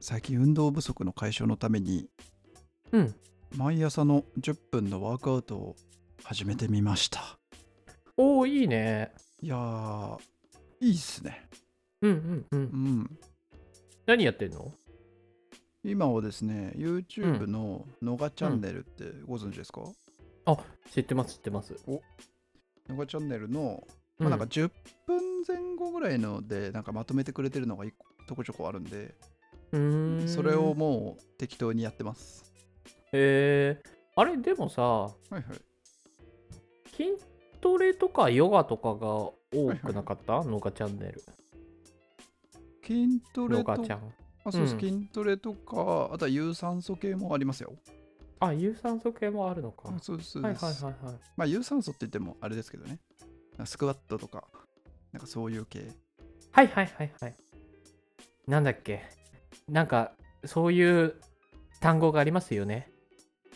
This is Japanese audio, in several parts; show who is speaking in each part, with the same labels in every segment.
Speaker 1: 最近運動不足の解消のために
Speaker 2: うん。
Speaker 1: 毎朝の10分のワークアウトを始めてみました
Speaker 2: おお、いいね。
Speaker 1: いやーいいっすね
Speaker 2: うんうんう。
Speaker 1: うんん
Speaker 2: 何やってんの
Speaker 1: 今はですね YouTube ののがチャンネルってご存知ですか、
Speaker 2: 知ってます、知ってます。
Speaker 1: のがチャンネルの、
Speaker 2: う
Speaker 1: まあ、
Speaker 2: ん
Speaker 1: なんか10分前後ぐらいのでなんかまとめてくれてるのが一個ちょこちょこあるんで
Speaker 2: うーん
Speaker 1: それを。もう適当にやってます
Speaker 2: えー、あれ、でもさ、
Speaker 1: はいはい
Speaker 2: 筋トレとかヨガとかが多くなかった農家チャンネル。
Speaker 1: 筋トレ
Speaker 2: 農
Speaker 1: と
Speaker 2: 家ちゃん。
Speaker 1: あそうです
Speaker 2: うん
Speaker 1: 筋トレとかあとは有酸素系もありますよ
Speaker 2: あ、有酸素系もあるのか。
Speaker 1: あそうですそう
Speaker 2: はい
Speaker 1: で
Speaker 2: はい
Speaker 1: す、
Speaker 2: はいはい。
Speaker 1: まあ有酸素って言ってもあれですけどねスクワットとかなんかそういう系
Speaker 2: はいはいはいはい。なんだっけなんかそういう単語がありますよね。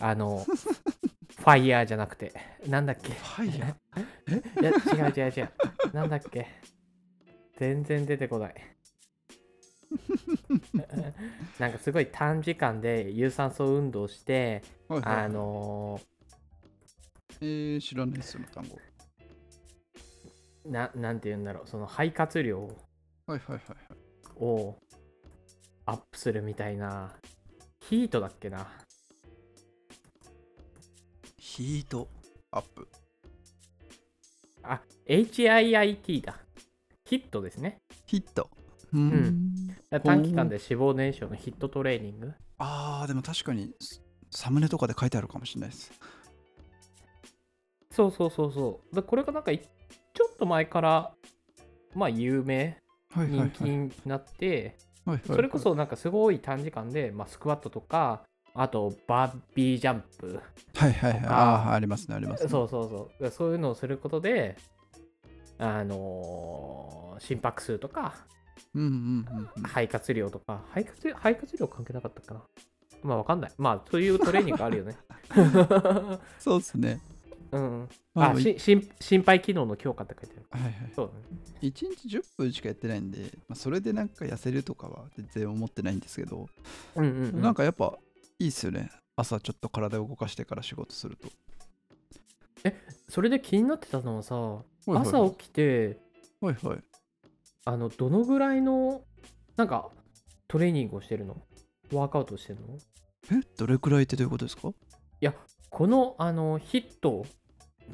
Speaker 2: あ の、ファイヤーじゃなくて。なんだっけ
Speaker 1: はいや
Speaker 2: いや違う違う違う。なんだっけ全然出てこない。 なんかすごい短時間で有酸素運動して、
Speaker 1: はいはい
Speaker 2: あの
Speaker 1: えー、知らないですその単語
Speaker 2: ーな、なんて言うんだろう、その肺活量
Speaker 1: はいはいはい
Speaker 2: をアップするみたいな、ヒートだっけな。
Speaker 1: ヒートアップ
Speaker 2: あ、HIIT だ。ヒットですね。
Speaker 1: ヒットうん
Speaker 2: だ
Speaker 1: ほう
Speaker 2: 短期間で脂肪燃焼のヒットトレーニング。
Speaker 1: あーでも確かにスサムネとかで書いてあるかもしれないです
Speaker 2: そうそうそうそう。だこれがなんかいちょっと前から、まあ有名、
Speaker 1: はいはいは
Speaker 2: 人
Speaker 1: い
Speaker 2: 気になって、
Speaker 1: はいはい
Speaker 2: それこそなんかすごい短時間で、まあ、スクワットとか、あとバービージャンプ。
Speaker 1: はいはいはい
Speaker 2: とか
Speaker 1: ああーありますねありますね
Speaker 2: そうそうそう。だそういうのをすることで、あのー心拍数とか、
Speaker 1: うんうんうんうん
Speaker 2: 肺活量とか肺活肺活量関係なかったかなまあわかんないまあそういうトレーニングある よね
Speaker 1: そうですね
Speaker 2: うん
Speaker 1: ま
Speaker 2: あ
Speaker 1: でも
Speaker 2: し心心肺機能の強化って書いてある
Speaker 1: はいはい
Speaker 2: そうだね
Speaker 1: 1日10分しかやってないんで、まあ、それでなんか痩せるとかは全然思ってないんですけど、
Speaker 2: うんうん、うん、
Speaker 1: なんかやっぱいいっすよね朝ちょっと体を動かしてから仕事すると
Speaker 2: それで気になってたのはさ
Speaker 1: はいはい
Speaker 2: 朝起きて
Speaker 1: はいはい
Speaker 2: あのどのぐらいのなんかトレーニングをしてるのワークアウトをしてるの
Speaker 1: えどれくらいってどういうことですか
Speaker 2: このあのヒットっ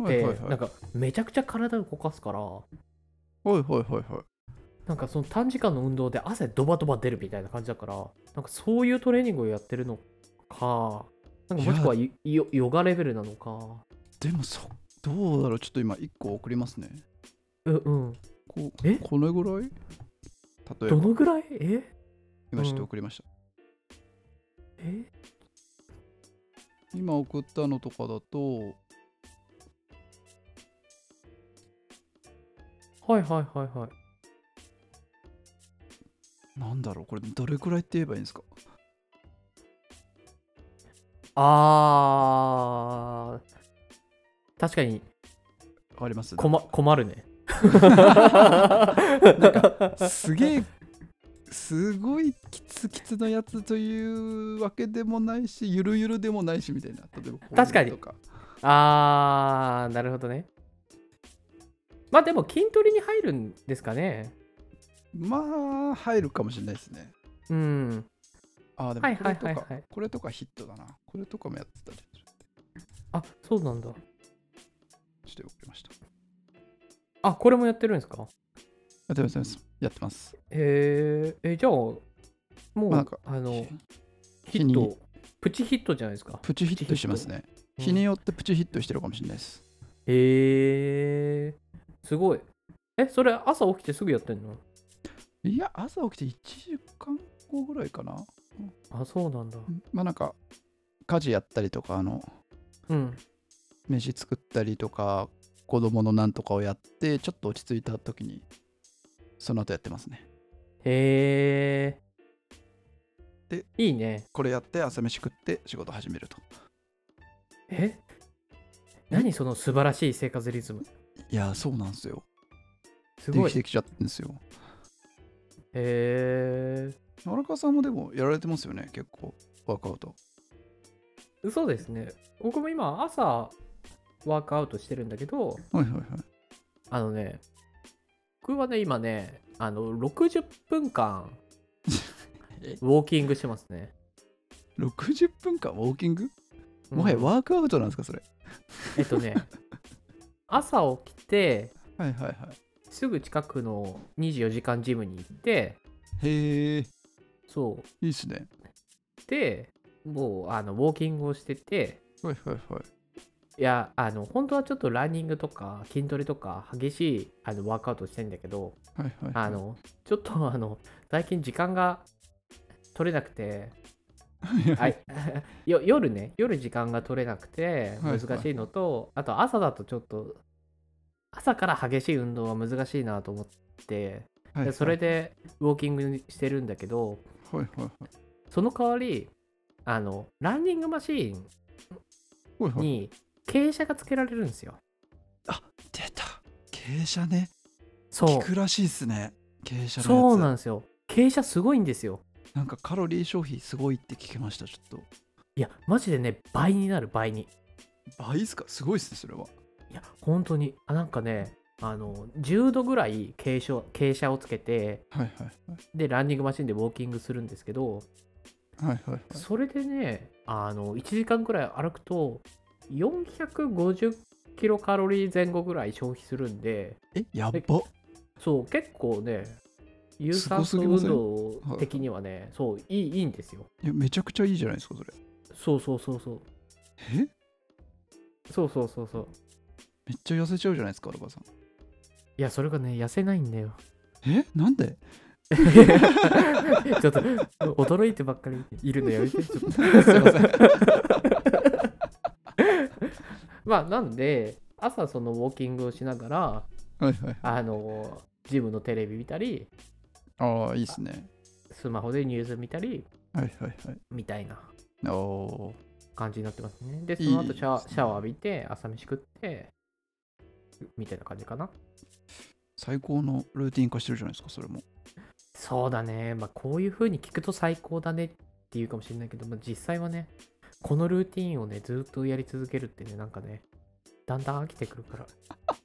Speaker 1: はい
Speaker 2: て、
Speaker 1: はいはいは
Speaker 2: ないんかめちゃくちゃ体を動かすから
Speaker 1: はいはいはい
Speaker 2: なんかその短時間の運動で汗ドバドバ出るみたいな感じだからなんかそういうトレーニングをやってるのかなんかもしくはヨヨヨガレベルなのか
Speaker 1: でもそどうだろうちょっと今1個送りますね
Speaker 2: うんうん
Speaker 1: こう
Speaker 2: え
Speaker 1: このぐらい例え
Speaker 2: ど
Speaker 1: ば
Speaker 2: のぐらいえ
Speaker 1: 今ちょっと送りました、
Speaker 2: え
Speaker 1: 今送ったのとかだと
Speaker 2: はいはいはいはい
Speaker 1: なんだろうこれどれくらいって言えばいいんですか
Speaker 2: あー確かに
Speaker 1: わかります
Speaker 2: 困困るね
Speaker 1: なんかすげえすごいキツキツのやつというわけでもないしゆるゆるでもないしみたいな例えばこういうの
Speaker 2: 確かに
Speaker 1: とか
Speaker 2: あーなるほどねまあでも筋トレに入るんですかね
Speaker 1: まあ入るかもしれないですね
Speaker 2: うん
Speaker 1: ああで
Speaker 2: は
Speaker 1: も
Speaker 2: い
Speaker 1: こ
Speaker 2: は
Speaker 1: れ
Speaker 2: い
Speaker 1: とか、
Speaker 2: はいはい
Speaker 1: これとかヒットだなこれとかもやってたりする
Speaker 2: あそうなんだ
Speaker 1: ちょっと送りました
Speaker 2: あこれもやってるんです
Speaker 1: や
Speaker 2: か
Speaker 1: ってますやってますやってます
Speaker 2: へええじゃあもう、
Speaker 1: まあなんか
Speaker 2: あのヒ
Speaker 1: 日
Speaker 2: ッ
Speaker 1: に
Speaker 2: トプチヒットじゃないですか
Speaker 1: プチヒットしてますね
Speaker 2: うん
Speaker 1: 日によってプチヒットしてるかもしれないです
Speaker 2: へえすごいえそれ朝起きてすぐやってんの
Speaker 1: いや朝起きて1時間後ぐらいかな
Speaker 2: あそうなんだ
Speaker 1: まあなんか家事やったりとかあの
Speaker 2: うん
Speaker 1: 飯作ったりとか子供のなんとかをやってちょっと落ち着いた時にその後やってますね
Speaker 2: へえ
Speaker 1: で
Speaker 2: いいね
Speaker 1: これやって朝飯食って仕事始めると
Speaker 2: え何その素晴らしい生活リズム
Speaker 1: いやーそうなんですよ
Speaker 2: す
Speaker 1: で
Speaker 2: ごい
Speaker 1: きて
Speaker 2: へ
Speaker 1: きちゃってんですよ
Speaker 2: え
Speaker 1: 荒川さんもでもやられてますよね結構ワークアウト
Speaker 2: そうですね。僕も今、朝、ワークアウトしてるんだけど、
Speaker 1: はいはいはい
Speaker 2: あのね、僕はね、今ね、あの、60分間
Speaker 1: え、
Speaker 2: ウォーキングしてますね。
Speaker 1: 60分間ウォーキング、
Speaker 2: うん
Speaker 1: もはやワークアウトなんですかそれ
Speaker 2: えっとね、朝起きて、
Speaker 1: はいはいは
Speaker 2: すぐ近くの24時間ジムに行って、
Speaker 1: いへえ
Speaker 2: そ
Speaker 1: いいっすね
Speaker 2: う、で、もう、あの、ウォーキングをしてて、
Speaker 1: はいはいはい
Speaker 2: いや、あの、本当はちょっとランニングとか筋トレとか激しいあのワークアウトしてんだけど、
Speaker 1: はいはいはい
Speaker 2: あの、ちょっとあの、最近時間が取れなくて、はい よ夜ね、夜時間が取れなくて
Speaker 1: はいは
Speaker 2: 難
Speaker 1: い
Speaker 2: しいのと、あと朝だとちょっと、朝から激しい運動は難しいなと思って、
Speaker 1: はいは
Speaker 2: で
Speaker 1: い
Speaker 2: それでウォーキングしてるんだけど、
Speaker 1: はいはいはい
Speaker 2: その代わり、あの、ランニングマシーン
Speaker 1: はいはい
Speaker 2: に傾斜がつけられるんですよ。
Speaker 1: 出た傾斜ね
Speaker 2: そう
Speaker 1: 効。くらしいっすね傾斜のやつ
Speaker 2: そうなんですよ。傾斜すごいんですよ。
Speaker 1: なんかカロリー消費すごいって聞きましたちょっ
Speaker 2: いや、マジでね、倍になる、倍に。
Speaker 1: と倍っすかすごいっすねそれはい
Speaker 2: や、本当に。あなんかね、あの、10度ぐらい傾斜傾斜をつけて、
Speaker 1: はいはいはい
Speaker 2: で、ランニングマシンでウォーキングするんですけど、
Speaker 1: はいはいはい
Speaker 2: それでね、あの、1時間ぐらい歩くと、450キロカロリー前後ぐらい消費するんで、
Speaker 1: えやっば
Speaker 2: えそう、結構ね、有酸
Speaker 1: す
Speaker 2: 素
Speaker 1: ごすぎま
Speaker 2: 運
Speaker 1: せん
Speaker 2: 動的にはね、そう、いい、いいんですよ。
Speaker 1: いやめちゃくちゃいいじゃないですかそれ
Speaker 2: そうそうそうそう。
Speaker 1: えめっ
Speaker 2: そうそうそうそう。
Speaker 1: ちゃ痩せちゃうじゃないですか荒川さん
Speaker 2: いや、それがね、痩せないんだよ。
Speaker 1: えなんで
Speaker 2: ちょっと驚いてばっかりいるのやめてちょっと
Speaker 1: すいません
Speaker 2: まあなんで朝そのウォーキングをしながら
Speaker 1: はいはい
Speaker 2: あのジムのテレビ見たり
Speaker 1: ああいいっすね
Speaker 2: スマホでニュース見たり
Speaker 1: はいはいはい
Speaker 2: みたいな
Speaker 1: おー
Speaker 2: 感じになってますねでそ
Speaker 1: いい
Speaker 2: の後シャワ
Speaker 1: です
Speaker 2: ー
Speaker 1: ね
Speaker 2: シャワー浴びて朝飯食ってみたいな感じかな
Speaker 1: 最高のルーティン化してるじゃないですかそれ も
Speaker 2: そうだねまあこういう風に聞くと最高だねっていうかもしれないけど、まあ、実際はねこのルーティンをねずっとやり続けるってねなんかねだんだん飽きてくるから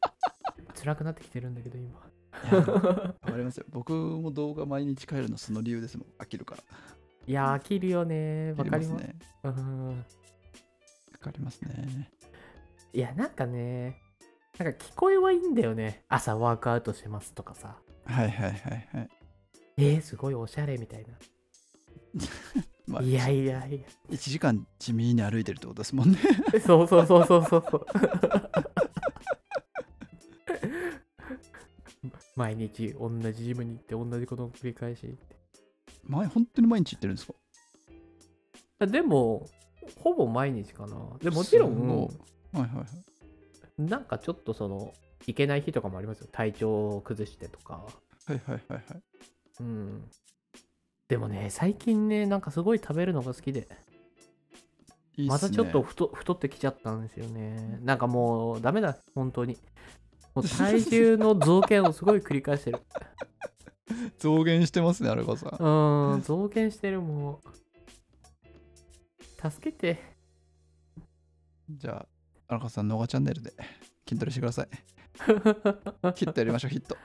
Speaker 2: 辛くなってきてるんだけど今
Speaker 1: いやわかりますよ僕も動画毎日変えるのその理由ですもん飽きるから
Speaker 2: いやー、飽きるよねー。
Speaker 1: 飽
Speaker 2: わ
Speaker 1: き
Speaker 2: かり
Speaker 1: ます
Speaker 2: ます。
Speaker 1: ね
Speaker 2: うん
Speaker 1: わかりますね
Speaker 2: いや、なんかね、なんか聞こえはいいんだよね。朝ワークアウトしてますとかさ。
Speaker 1: はいはいはいはい
Speaker 2: えー、すごいおしゃれみたいな。
Speaker 1: まあ
Speaker 2: いやいやい
Speaker 1: 1時間地味に歩いてるってことですもんね
Speaker 2: や。そうそうそうそうそう そう。毎日同じジムに行って同じことの繰り返し。
Speaker 1: 前本当に毎日行ってるんですか
Speaker 2: でも、ほぼ毎日かな。でもちろ
Speaker 1: すご
Speaker 2: ん、
Speaker 1: いはいはいはい
Speaker 2: なんかちょっとその、行けない日とかもありますよ。体調を崩してとか。
Speaker 1: はいはいはいはい
Speaker 2: うん。でもね、最近ね、なんかすごい食べるのが好きで、
Speaker 1: いいっ
Speaker 2: ます
Speaker 1: ね
Speaker 2: たちょっと太太ってきちゃったんですよね。なんかもう、ダメだ、本当に。もう体重の 増減をすごい繰り返してる。
Speaker 1: 増減してますね荒川さん
Speaker 2: うーん、増減してる、もう。助けて。
Speaker 1: じゃあ荒川さん動画チャンネルで筋トレしてください ヒットやりましょうヒット